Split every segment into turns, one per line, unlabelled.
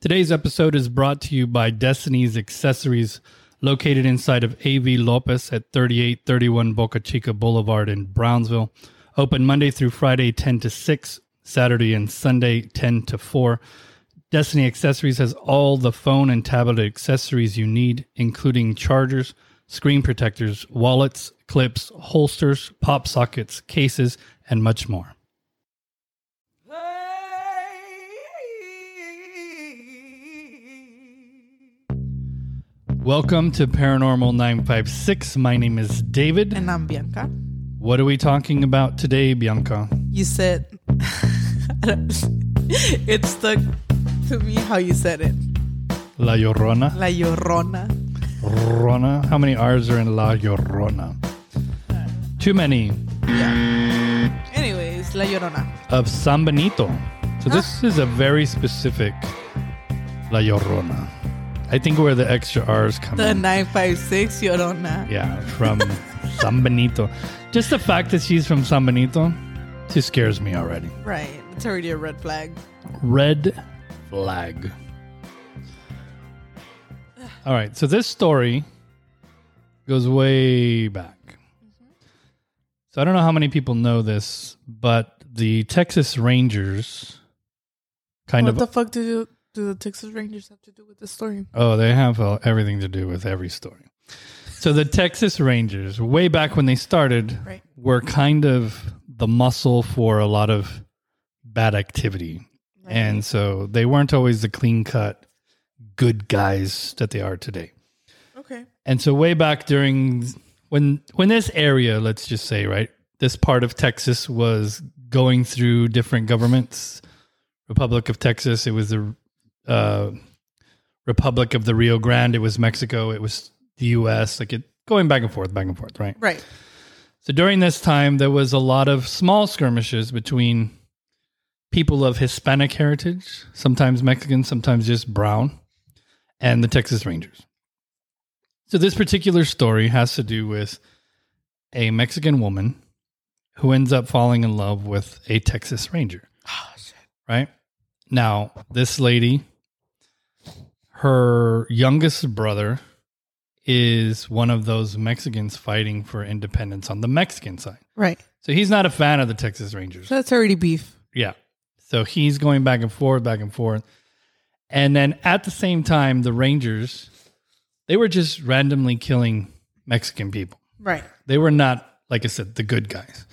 Today's episode is brought to you by Destiny's Accessories, located inside of AV Lopez at 3831 Boca Chica Boulevard in Brownsville. Open Monday through Friday, 10 to 6, Saturday and Sunday, 10 to 4. Destiny Accessories has all the phone and tablet accessories you need, including chargers, screen protectors, wallets, clips, holsters, pop sockets, cases, and much more. Welcome to Paranormal 956. My name is David.
And I'm Bianca.
What are we talking about today, Bianca?
You said it stuck to me how you said it.
La Llorona.
La Llorona.
Rona. How many R's are in La Llorona? Too many.
Anyways, La Llorona.
Of San Benito. So this is a very specific La Llorona. I think where the extra R's come
The
in.
956 Llorona.
Yeah, from San Benito. Just the fact that she's from San Benito, she scares me already.
Right. It's already a red flag.
Red flag. All right, so this story goes way back. So I don't know how many people know this, but the Texas Rangers kind
what
of
the fuck do, do the Texas Rangers have to do with this story?
Oh, they have uh, everything to do with every story. So the Texas Rangers, way back when they started,
Right.
were kind of the muscle for a lot of bad activity.
Right.
And so they weren't always the clean cut good guys that they are today.
Okay.
And so way back during when when this area, let's just say, right, this part of Texas was going through different governments. Republic of Texas, it was the uh, Republic of the Rio Grande, it was Mexico, it was the U.S. Like it going back and forth, back and forth, right?
Right.
So during this time, there was a lot of small skirmishes between people of Hispanic heritage, sometimes Mexican, sometimes just brown, and the Texas Rangers. So this particular story has to do with a Mexican woman who ends up falling in love with a Texas Ranger
Oh, shit.
right? Now, this lady, her youngest brother is one of those Mexicans fighting for independence on the Mexican side.
Right.
So he's not a fan of the Texas Rangers.
So that's already beef.
Yeah. So he's going back and forth, back and forth. And then at the same time, the Rangers, they were just randomly killing Mexican people
Right.
they were not like i said the good guys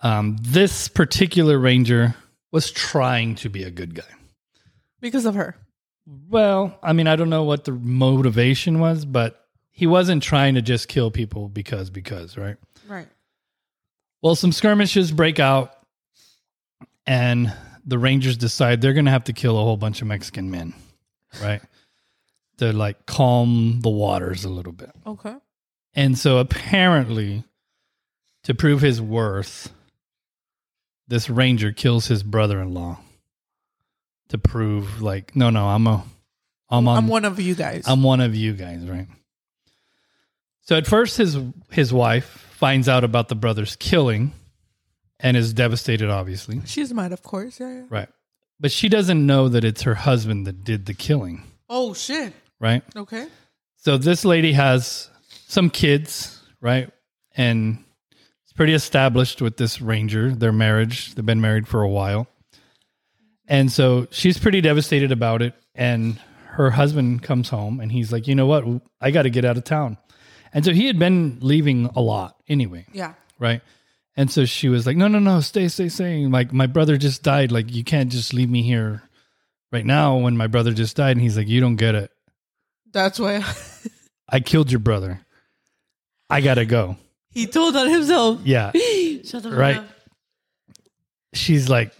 um, this particular ranger was trying to be a good guy
Because of her.
well i mean i don't know what the motivation was but he wasn't trying to just kill people because because right
Right.
well some skirmishes break out and the rangers decide they're going to have to kill a whole bunch of mexican men right to like calm the waters a little bit
Okay.
And so apparently, to prove his worth, this ranger kills his brother in law to prove like, no, no, I'm a I'm on
I'm one of you guys.
I'm one of you guys, right? So at first his his wife finds out about the brother's killing and is devastated, obviously.
She's mad, of course. Yeah, yeah.
Right. But she doesn't know that it's her husband that did the killing,
Oh, shit.
right?
Okay.
So this lady has some kids, right? And it's pretty established with this ranger, their marriage. They've been married for a while. And so she's pretty devastated about it. And her husband comes home and he's like, you know what? I got to get out of town. And so he had been leaving a lot anyway,
Yeah.
right? And so she was like, no, no, no, stay, stay, stay. Like, my brother just died. Like, you can't just leave me here right now when my brother just died. And he's like, you don't get it.
That's why
I killed your brother. I gotta go.
he told on himself.
Yeah.
Shut the fuck
Right.
up.
She's like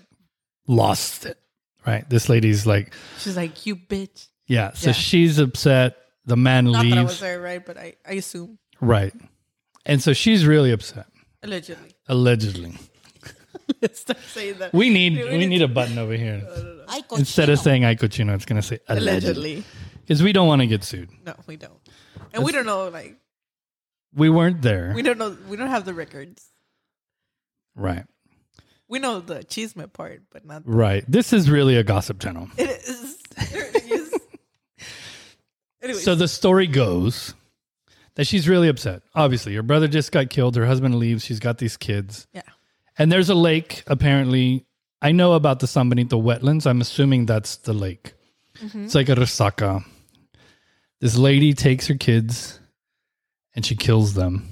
lost it. Right. This lady's like,
She's like, you bitch.
yeah. So
Yeah.
she's upset. The man
Not that I was
leaves.
there, right? But I, I assume.
Right. And so she's really upset,
Allegedly.
allegedly.
Let's stop saying that.
We need
Dude,
we need a button over here. Instead of saying I cochino, it's gonna say allegedly.
Oh, Allegedly.
Because we don't want to get sued.
No, we don't. And we don't know, like,
We weren't there.
we don't know, we don't have the records.
Right.
We know the achievement part, but not.
Right. This is really a gossip channel.
It is. voice.
So the story goes that she's really upset. Obviously, her brother just got killed. Her husband leaves. She's got these kids.
yeah.
And there's a lake, apparently. I know about the San Benito wetlands. I'm assuming that's the lake. It's like a resaca. This lady takes her kids and she kills them.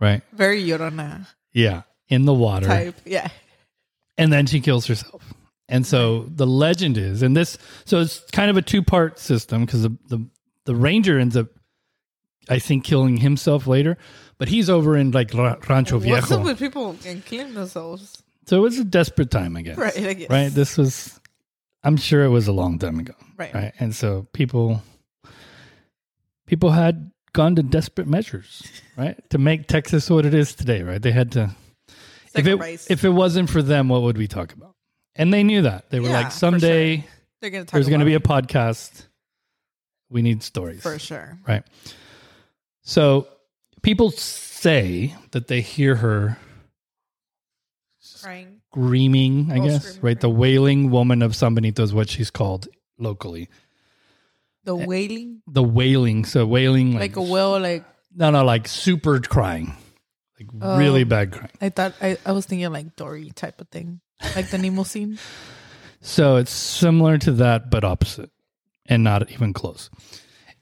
Right?
Very Yorona
Yeah. In the water.
type. Yeah.
And then she kills herself. And so the legend is, and this, so it's kind of a two part system because the, the, the ranger ends up, I think, killing himself later, but he's over in like Ra- Rancho
What's up
Viejo.
with people and killing themselves?
So it was a desperate time, I guess.
Right, I guess.
Right. This was, I'm sure it was a long time ago.
Right.
Right. And so people, people had gone to desperate measures, right, to make Texas what it is today. Right. They had to, if it,
Sacrifice.
if it wasn't for them, what would we talk about? And they knew that. They were
Yeah,
like,
for
someday
They're gonna talk
there's going to
about
be a
it
podcast. We need stories.
for sure.
Right. So people say that they hear her
Crying.
screaming, I
Oh,
guess,
screaming,
right?
right.
The wailing woman of San Benito is what she's called locally.
The wailing.
The wailing. So wailing
Like
Eh, like,
a whale, like
no, no, like super crying, like
Oh.
really bad crying.
I thought I, I was thinking like Dory type of thing. Like the Nemo scene.
So it's similar to that, but opposite and not even close.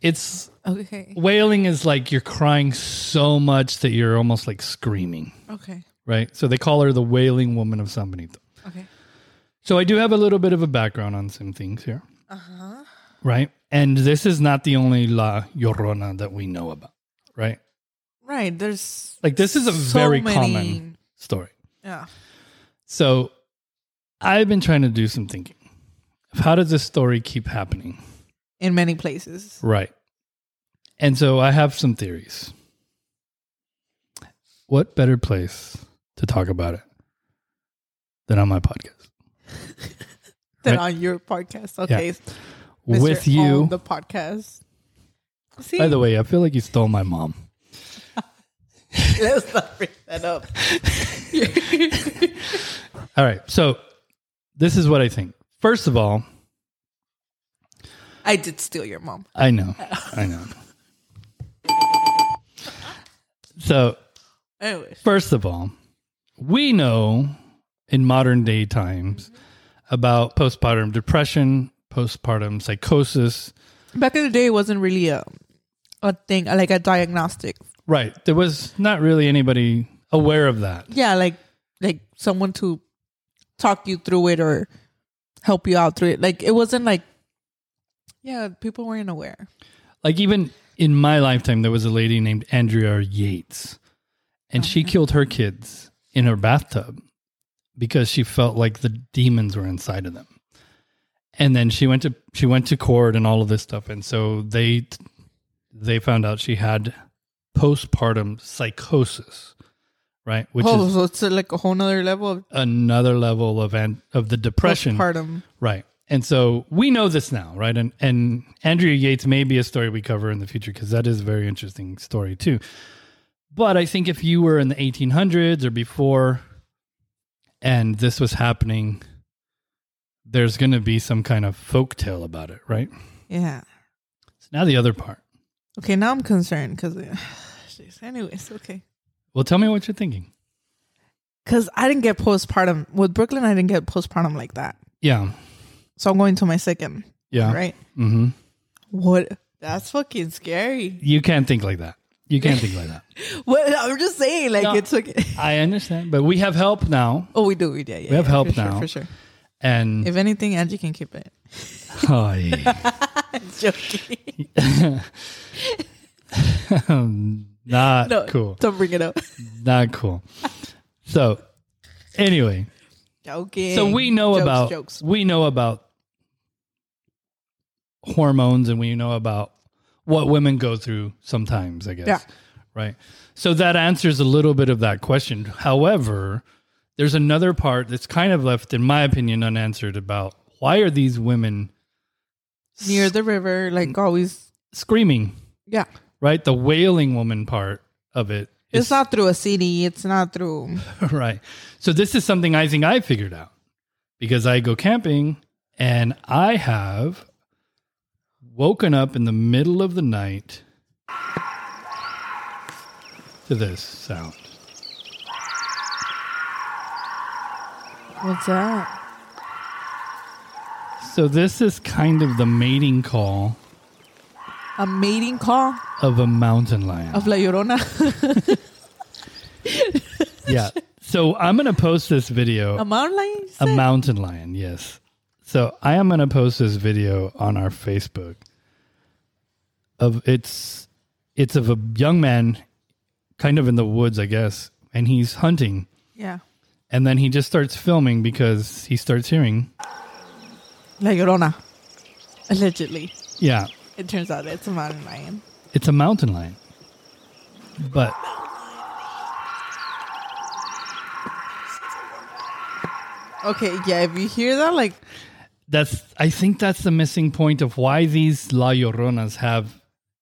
It's
Okay.
wailing is like you're crying so much that you're almost like screaming,
Okay.
right? So they call her the wailing woman of San Benito.
Okay.
So I do have a little bit of a background on some things here.
Uh huh.
right? And this is not the only La Llorona that we know about, right?
Right. There's
Like this is a
so
very
many-
common story.
Yeah.
So I've been trying to do some thinking of how does this story keep happening,
In many places.
right? And so I have some theories. What better place to talk about it than on my podcast
Than
Right.
on your podcast. Okay. Mr.
with
On
you?
the podcast. See,
By the way, I feel like you stole my mom.
let's not bring that up.
All right, so this is what I think. First of all,
I did steal your mom.
I know. I know. So,
Anyways.
first of all, we know in modern day times about postpartum depression, postpartum psychosis.
Back in the day, it wasn't really a, a thing, like a diagnostic.
Right. There was not really anybody aware of that.
Yeah, like like someone to talk you through it or help you out through it. Like it wasn't like, yeah, people weren't aware.
Like, even in my lifetime, there was a lady named Andrea Yates, and she killed her kids in her bathtub because she felt like the demons were inside of them. And then she went to she went to court and all of this stuff, and so they they found out she had postpartum psychosis, right? Which
oh,
is
so it's uh, like a whole nother level of
another level of an, of the depression
postpartum.
Right. And so we know this now, right? And and Andrea Yates may be a story we cover in the future because that is a very interesting story too. But I think if you were in the 1800s or before and this was happening, there's going to be some kind of folk tale about it, right?
Yeah.
So now the other part.
Okay, now I'm concerned because, anyways, okay.
Well, tell me what you're thinking.
Because I didn't get postpartum with Brooklyn. I didn't get postpartum like that.
Yeah.
So I'm going to my second.
Yeah.
Right.
hmm
What? That's fucking scary.
You can't think like that. You can't think like that.
What? I'm just saying, like
No.
it's like.
I understand, but we have help now.
Oh, we do. We do. Yeah,
We have
yeah,
help
for sure,
now.
for sure.
And
If anything, Angie can keep it.
Oh, yeah.
Joking.
not
No,
cool.
Don't bring it up.
Not cool. So, anyway,
Joking.
so we know
Jokes,
about
jokes.
we know about hormones and we know about what women go through sometimes, I guess.
Yeah.
Right. So that answers a little bit of that question. However, there's another part that's kind of left in my opinion unanswered about why are these women
near the river, like
Mm.
always.
screaming,
Yeah,
right? The wailing woman part of it.
it's,
is-
not through a city. It's not through.
right. So this is something I think I figured out because I go camping and I have woken up in the middle of the night to this sound.
What's that?
So this is kind of the mating call
A mating call
of a mountain lion.
of La Llorona.
yeah. So I'm going to post this video.
a mountain lion? you
a
said?
mountain lion, yes. So I am going to post this video on our Facebook. Of it's it's of a young man kind of in the woods, I guess, and he's hunting
yeah.
and then he just starts filming because he starts hearing,
La Llorona. Allegedly.
yeah,
It turns out it's a mountain lion.
it's a mountain lion. But
Okay, yeah, if you hear that, like,
that's I think that's the missing point of why these La Lloronas have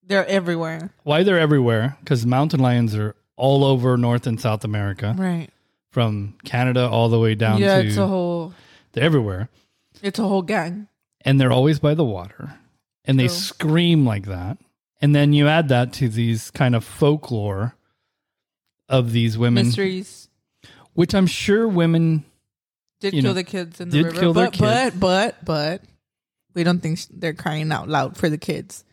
they're everywhere.
why they're everywhere because mountain lions are all over North and South America.
Right.
from Canada all the way down
yeah,
to
it's a whole,
they're everywhere.
it's a whole gang.
And they're always by the water. And they
True.
scream like that. And then you add that to these kind of folklore of these women,
Mysteries
which I'm sure women,
did
You
kill
know,
the kids in the
did
river,
kill their
but, but but but we don't think sh- they're crying out loud for the kids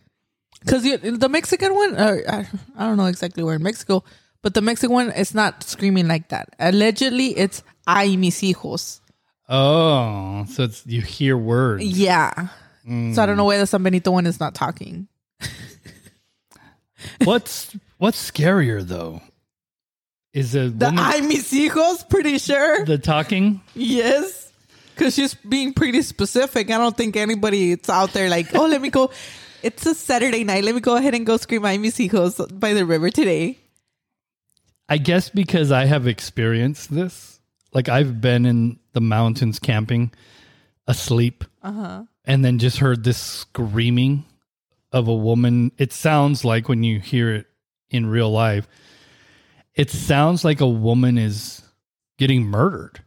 because the Mexican one, uh, I, I don't know exactly where in Mexico, but the Mexican one is not screaming like that. Allegedly, it's "ay mis hijos."
oh, so it's you hear words.
Yeah, so I don't know whether the San Benito one is not talking.
What's what's scarier though? Is the
The
woman-
"ay mis hijos," pretty sure.
the talking?
Yes. Because she's being pretty specific. I don't think anybody it's out there like, oh, let me go. It's a Saturday night. Let me go ahead and go scream I Miss Hijos by the river today.
I guess because I have experienced this. Like I've been in the mountains camping asleep and then just heard this screaming of a woman. It sounds like when you hear it in real life, it sounds like a woman is getting murdered.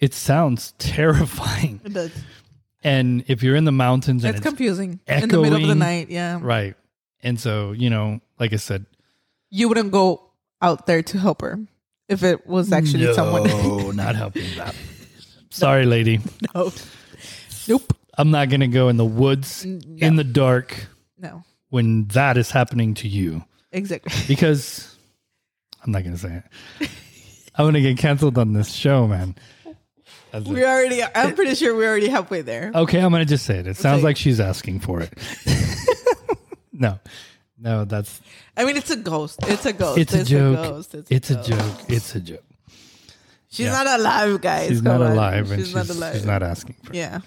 It sounds terrifying.
It does.
And if you're in the mountains and
It's
it's,
confusing. In the middle of the
echoing.
night. Yeah.
right. And so, you know, like I said,
You wouldn't go out there to help her if it was actually someone.
no, not helping that. Sorry, lady.
no. Nope.
I'm not going to go in the woods in the dark
No.
when that is happening to you
Exactly.
because I'm not going to say it. I'm going to get canceled on this show, man. That's it.
We already, I'm pretty sure we're already halfway there.
Okay, I'm going to just say it. It sounds
Okay.
like she's asking for it. no, no, that's
I mean, it's a ghost. It's a ghost.
it's a joke.
ghost.
It's a joke. It's a joke.
She's
Yeah.
not alive, guys.
She's
Come
not
on.
alive, and
She's,
she's
not alive.
she's not asking for it.
Yeah.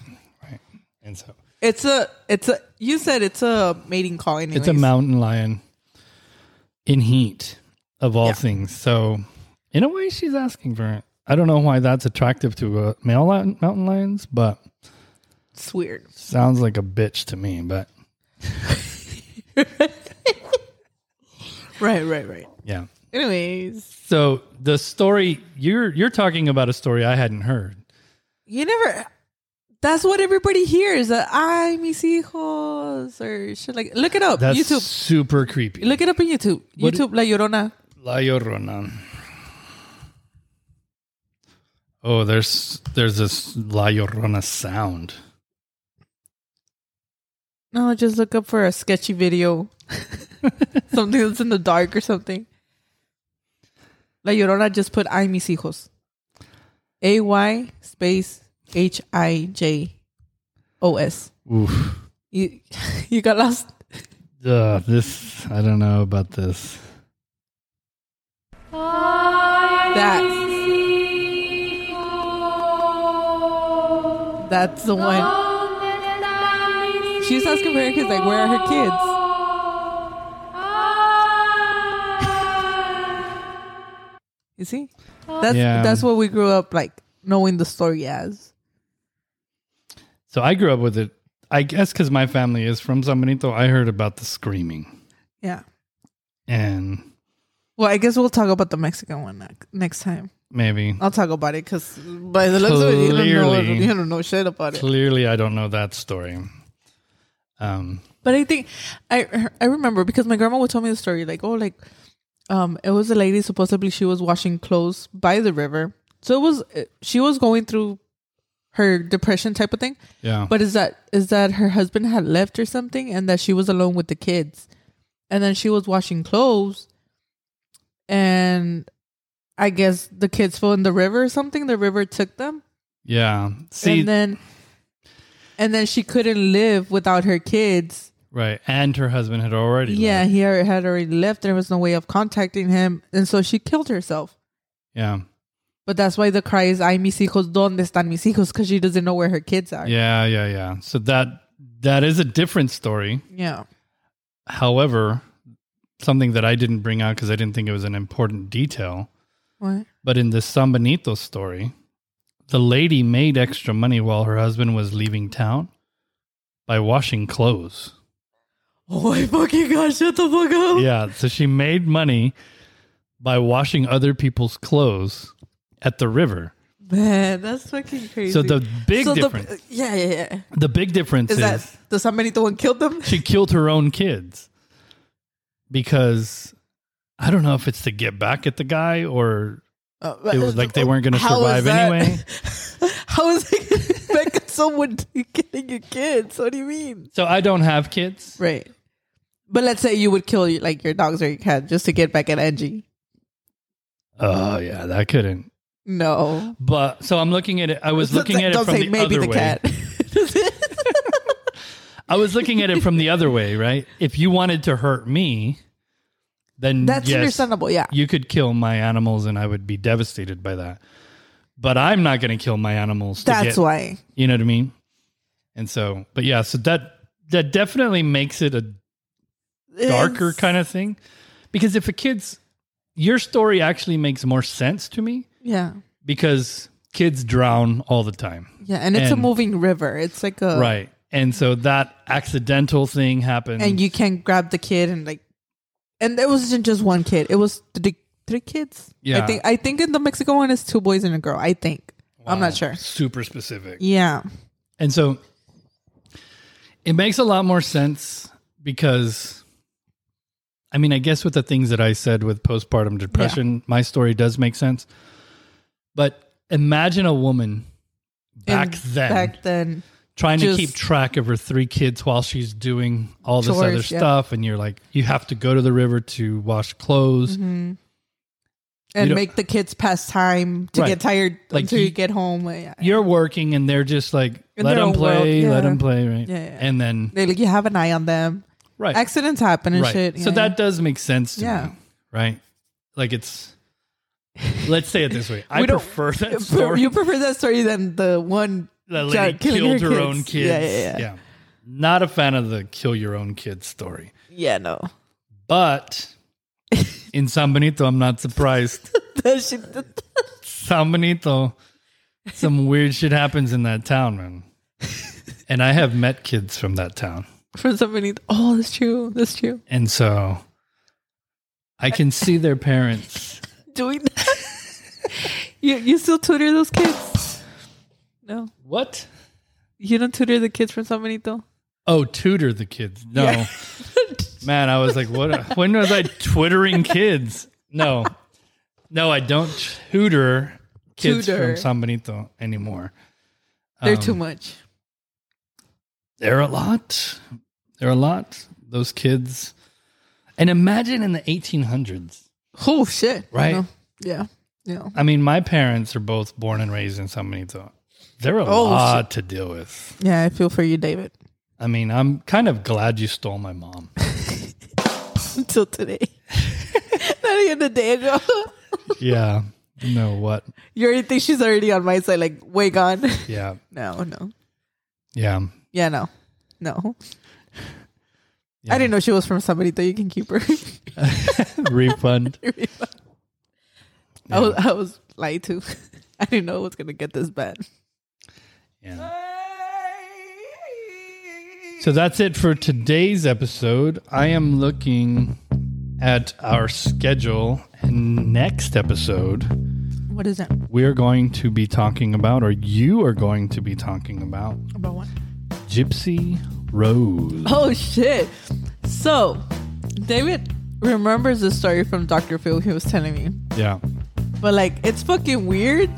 And so
It's a it's a you said it's a mating call anyways.
it's a mountain lion in heat of all
Yeah.
things. So, in a way, she's asking for it. I don't know why that's attractive to uh, male lion, mountain lions, but
It's weird.
sounds like a bitch to me. But
Right, right, right.
yeah.
Anyways,
So the story you're you're talking about a story I hadn't heard.
you never that's what everybody hears. Uh, Ay mis hijos or shit like look it up.
That's
YouTube.
super creepy.
Look it up on YouTube.
What-
YouTube La Llorona.
La Llorona. Oh, there's there's this La Llorona sound.
No, just look up for a sketchy video. something that's in the dark or something. La Llorona just put Ay mis hijos. A Y space H I J O S.
Oof.
You you got lost.
Ugh, this I don't know about this.
That's that's the one. She's asking for her kids. Like, where are her kids? You see, that's
Yeah.
that's what we grew up like knowing the story as.
So I grew up with it. I guess because my family is from San Benito, I heard about the screaming,
Yeah.
and
Well, I guess we'll talk about the Mexican one ne- next time.
maybe
I'll talk about it because by the looks of it, you don't know
Clearly.
you don't know shit about it.
clearly I don't know that story. Um,
But I think I I remember because my grandma would tell me the story like oh like um it was a lady supposedly she was washing clothes by the river so it was eh, she was going through her depression type of thing
yeah.
but is that is that her husband had left or something and that she was alone with the kids and then she was washing clothes and I guess the kids fell in the river or something the river took them
yeah. See,
and then and then she couldn't live without her kids
right. And her husband had already.
Yeah,
left.
he al- had already left. There was no way of contacting him, and so she killed herself.
Yeah.
But that's why the cry is "Ay mis hijos, dónde están mis hijos?" Because she doesn't know where her kids are.
Yeah. Yeah. Yeah. So that that is a different story.
yeah,
However, something that I didn't bring out because I didn't think it was an important detail.
What?
But in the Sambanito story, the lady made extra money while her husband was leaving town by washing clothes.
Oh my fucking god! Shut the fuck up.
Yeah, so she made money by washing other people's clothes at the river.
man, that's fucking crazy.
So the big
So the-
difference,
yeah, yeah, yeah.
the, big difference
Is
is,
that the San Benito one killed them?
she killed her own kids because I don't know if it's to get back at the guy or
Uh,
It was like they weren't gonna
how is
survive
that-
anyway.
how is it back at someone killing your kids? What do you mean?
so. I don't have kids.
Right. But let's say you would kill like your dogs or your cat just to get back at Angie.
Oh yeah, that couldn't.
No.
But so I'm looking at it. I was looking at it
Don't
from
say
the
maybe
other
the
way.
cat.
I was looking at it from the other way, right? If you wanted to hurt me, then
That's
yes,
understandable. Yeah.
You could kill my animals, and I would be devastated by that. But I'm not going to kill my animals. To
That's
get,
why.
you know what I mean. And so, but yeah, so that that definitely makes it a darker
It's-
kind of thing, because if a kid's your story actually makes more sense to me
Yeah.
because kids drown all the time.
Yeah. And it's
And-
a moving river. It's like a.
Right. And so that accidental thing happens.
And you can grab the kid and like. And it wasn't just one kid. It was three, three kids.
Yeah.
I think, I think in the Mexico one is two boys and a girl. I think. I'm not sure.
super specific.
Yeah.
And so it makes a lot more sense because I mean, I guess with the things that I said with postpartum depression, my story does make sense. But imagine a woman back
And
then
Back then.
trying
just-
to keep track of her three kids while she's doing all this other
Chores, yeah.
stuff and you're like you have to go to the river to wash clothes
And
don't-
make the kids pass time to
Right.
get tired
Like,
until
you-
you, get home. Yeah.
you're working and they're just like
In
let
their
them
own world,
play let
yeah.
them play right
Yeah, yeah.
and then
They, like, you have an eye on them.
right
Accidents happen and
right
shit.
so
yeah.
that does make sense to
Yeah.
me right like it's let's say it this way i
We don't-
prefer that
Pre-
story
You prefer that story than the one
that lady
child killing
killed her,
kids.
own kids
Yeah, yeah, yeah.
yeah not a fan of the kill your own kids story
Yeah, no.
but in san benito i'm not surprised
That shit- that-
San Benito, some weird shit happens in that town, man. And I have met kids from that town.
for somebody. Oh, that's true. That's true.
And so I can see their parents.
Doing that. you you still tutor those kids? No,
What?
you don't tutor the kids from San Benito.
Oh, tutor the kids. No. Man, I was like, what? When was I twittering kids? No. No, I don't tutor kids
Tutor.
from San Benito anymore.
They're
Um,
too much.
They're a lot. They're a lot. Those kids. And imagine in the 1800s.
Oh shit!
Right.
No. Yeah. Yeah.
I mean, my parents are both born and raised in San Benito. They're a
Oh,
lot to deal with.
Yeah. I feel for you, David.
I mean, I'm kind of glad you stole my mom.
Until today. Not even a day ago.
yeah. You know what?
You already think she's already on my side, like way gone.
Yeah.
No, no.
Yeah.
Yeah, no. No.
Yeah.
I didn't know she was from San Benito. You can keep her.
Refund.
I was I was lied to. I didn't know it was gonna get this bad.
Yeah. So that's it for today's episode. I am looking at our schedule and next episode
What is that?
we are going to be talking about or you are going to be talking about
About what?
gypsy Rose.
Oh shit. So David remembers the story from Dr. Phil he was telling me.
Yeah.
But like it's fucking weird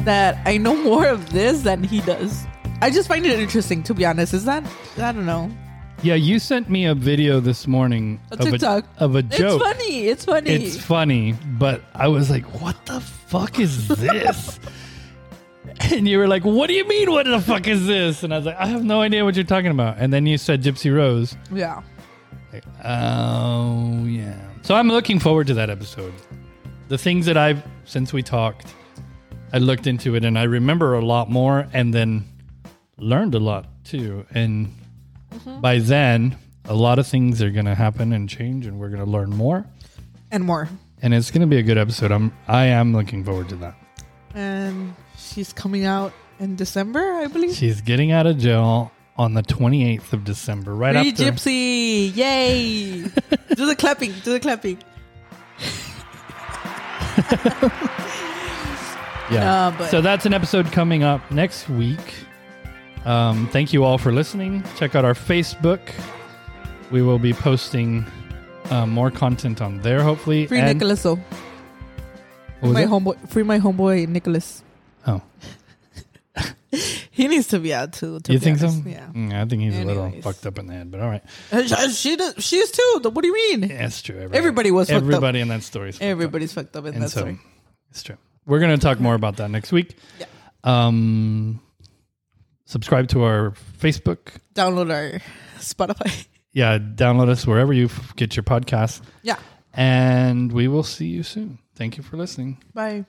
that I know more of this than he does. I just find it interesting to be honest. Is that I don't know.
Yeah, you sent me a video this morning
A
of, a,
TikTok.
of a joke.
It's funny. It's funny.
It's funny, but I was like, what the fuck is this? and you were like, what do you mean, what the fuck is this? And I was like, I have no idea what you're talking about. And then you said Gypsy Rose.
yeah.
Like, oh, yeah. So I'm looking forward to that episode. The things that I've, since we talked, I looked into it and I remember a lot more and then learned a lot too. And
Mm-hmm.
by then, a lot of things are going to happen and change and we're going to learn more.
And more.
And it's going to be a good episode. I'm, I am looking forward to that.
And she's coming out in December, I believe.
She's getting out of jail on the 28th of December, right
Free
after.
Gypsy. Yay. do the clapping. Do the clapping.
Yeah.
Uh, but-
so that's an episode coming up next week. Um, thank you all for listening. Check out our Facebook. We will be posting uh, more content on there, hopefully.
Free
and-
Nicholas though.
what was
my
it?
homeboy free my homeboy Nicholas.
Oh,
He needs to be out too. To
you
be
think
honest.
so?
Yeah.
Mm, I think he's a little
Anyways.
fucked up in the head, but all right.
And she, she does, she's too. What do you mean?
Yeah, that's true. Everybody,
Everybody was fucked up.
Everybody in that story. is fucked up.
Everybody's fucked up in
And
that
so
story.
it's true. We're going to talk more about that next week.
Yeah.
Um, subscribe to our Facebook.
Download our Spotify.
Yeah, download us wherever you f- get your podcasts.
Yeah.
And we will see you soon. Thank you for listening.
Bye.